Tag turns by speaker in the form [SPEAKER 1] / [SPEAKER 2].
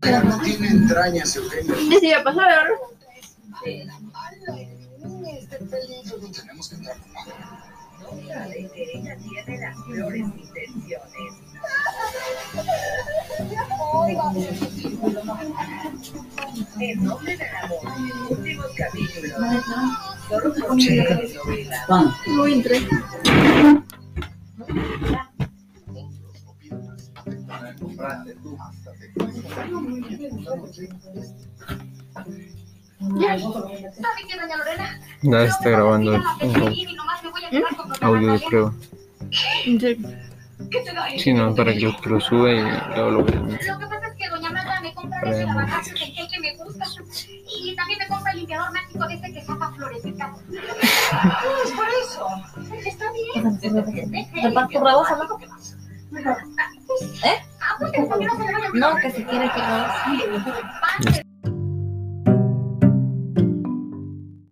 [SPEAKER 1] pero no tiene entrañas, Eugenio.
[SPEAKER 2] ¿Y si ya pasó de oro? Sí.
[SPEAKER 1] No tenemos que entrar con nada.
[SPEAKER 3] No sabe que ella tiene las peores intenciones. El nombre del amor, último capítulo. Solo por de novela.
[SPEAKER 2] Muy entre.
[SPEAKER 1] Otros opinas. Para comprarte tú, hasta te cuesta.
[SPEAKER 4] ¿Sabe qué, doña Lorena?
[SPEAKER 5] Ya está grabando el
[SPEAKER 4] Y nomás me voy a quedar con
[SPEAKER 5] audio de prueba.
[SPEAKER 2] Sí.
[SPEAKER 4] ¿Qué te doy?
[SPEAKER 5] Si no, para que lo sube y luego lo vea.
[SPEAKER 4] Lo que pasa es que doña Magda me compra de ese lavacazo que el que me gusta. Y también me compra el limpiador mágico de ese que saca florecitas.
[SPEAKER 3] Pues por eso.
[SPEAKER 4] Está bien.
[SPEAKER 6] Reparto rebosa, ¿no?
[SPEAKER 4] Ah, pues que no se le vaya a
[SPEAKER 6] No, que se quiere que rebaja.
[SPEAKER 4] olvidar.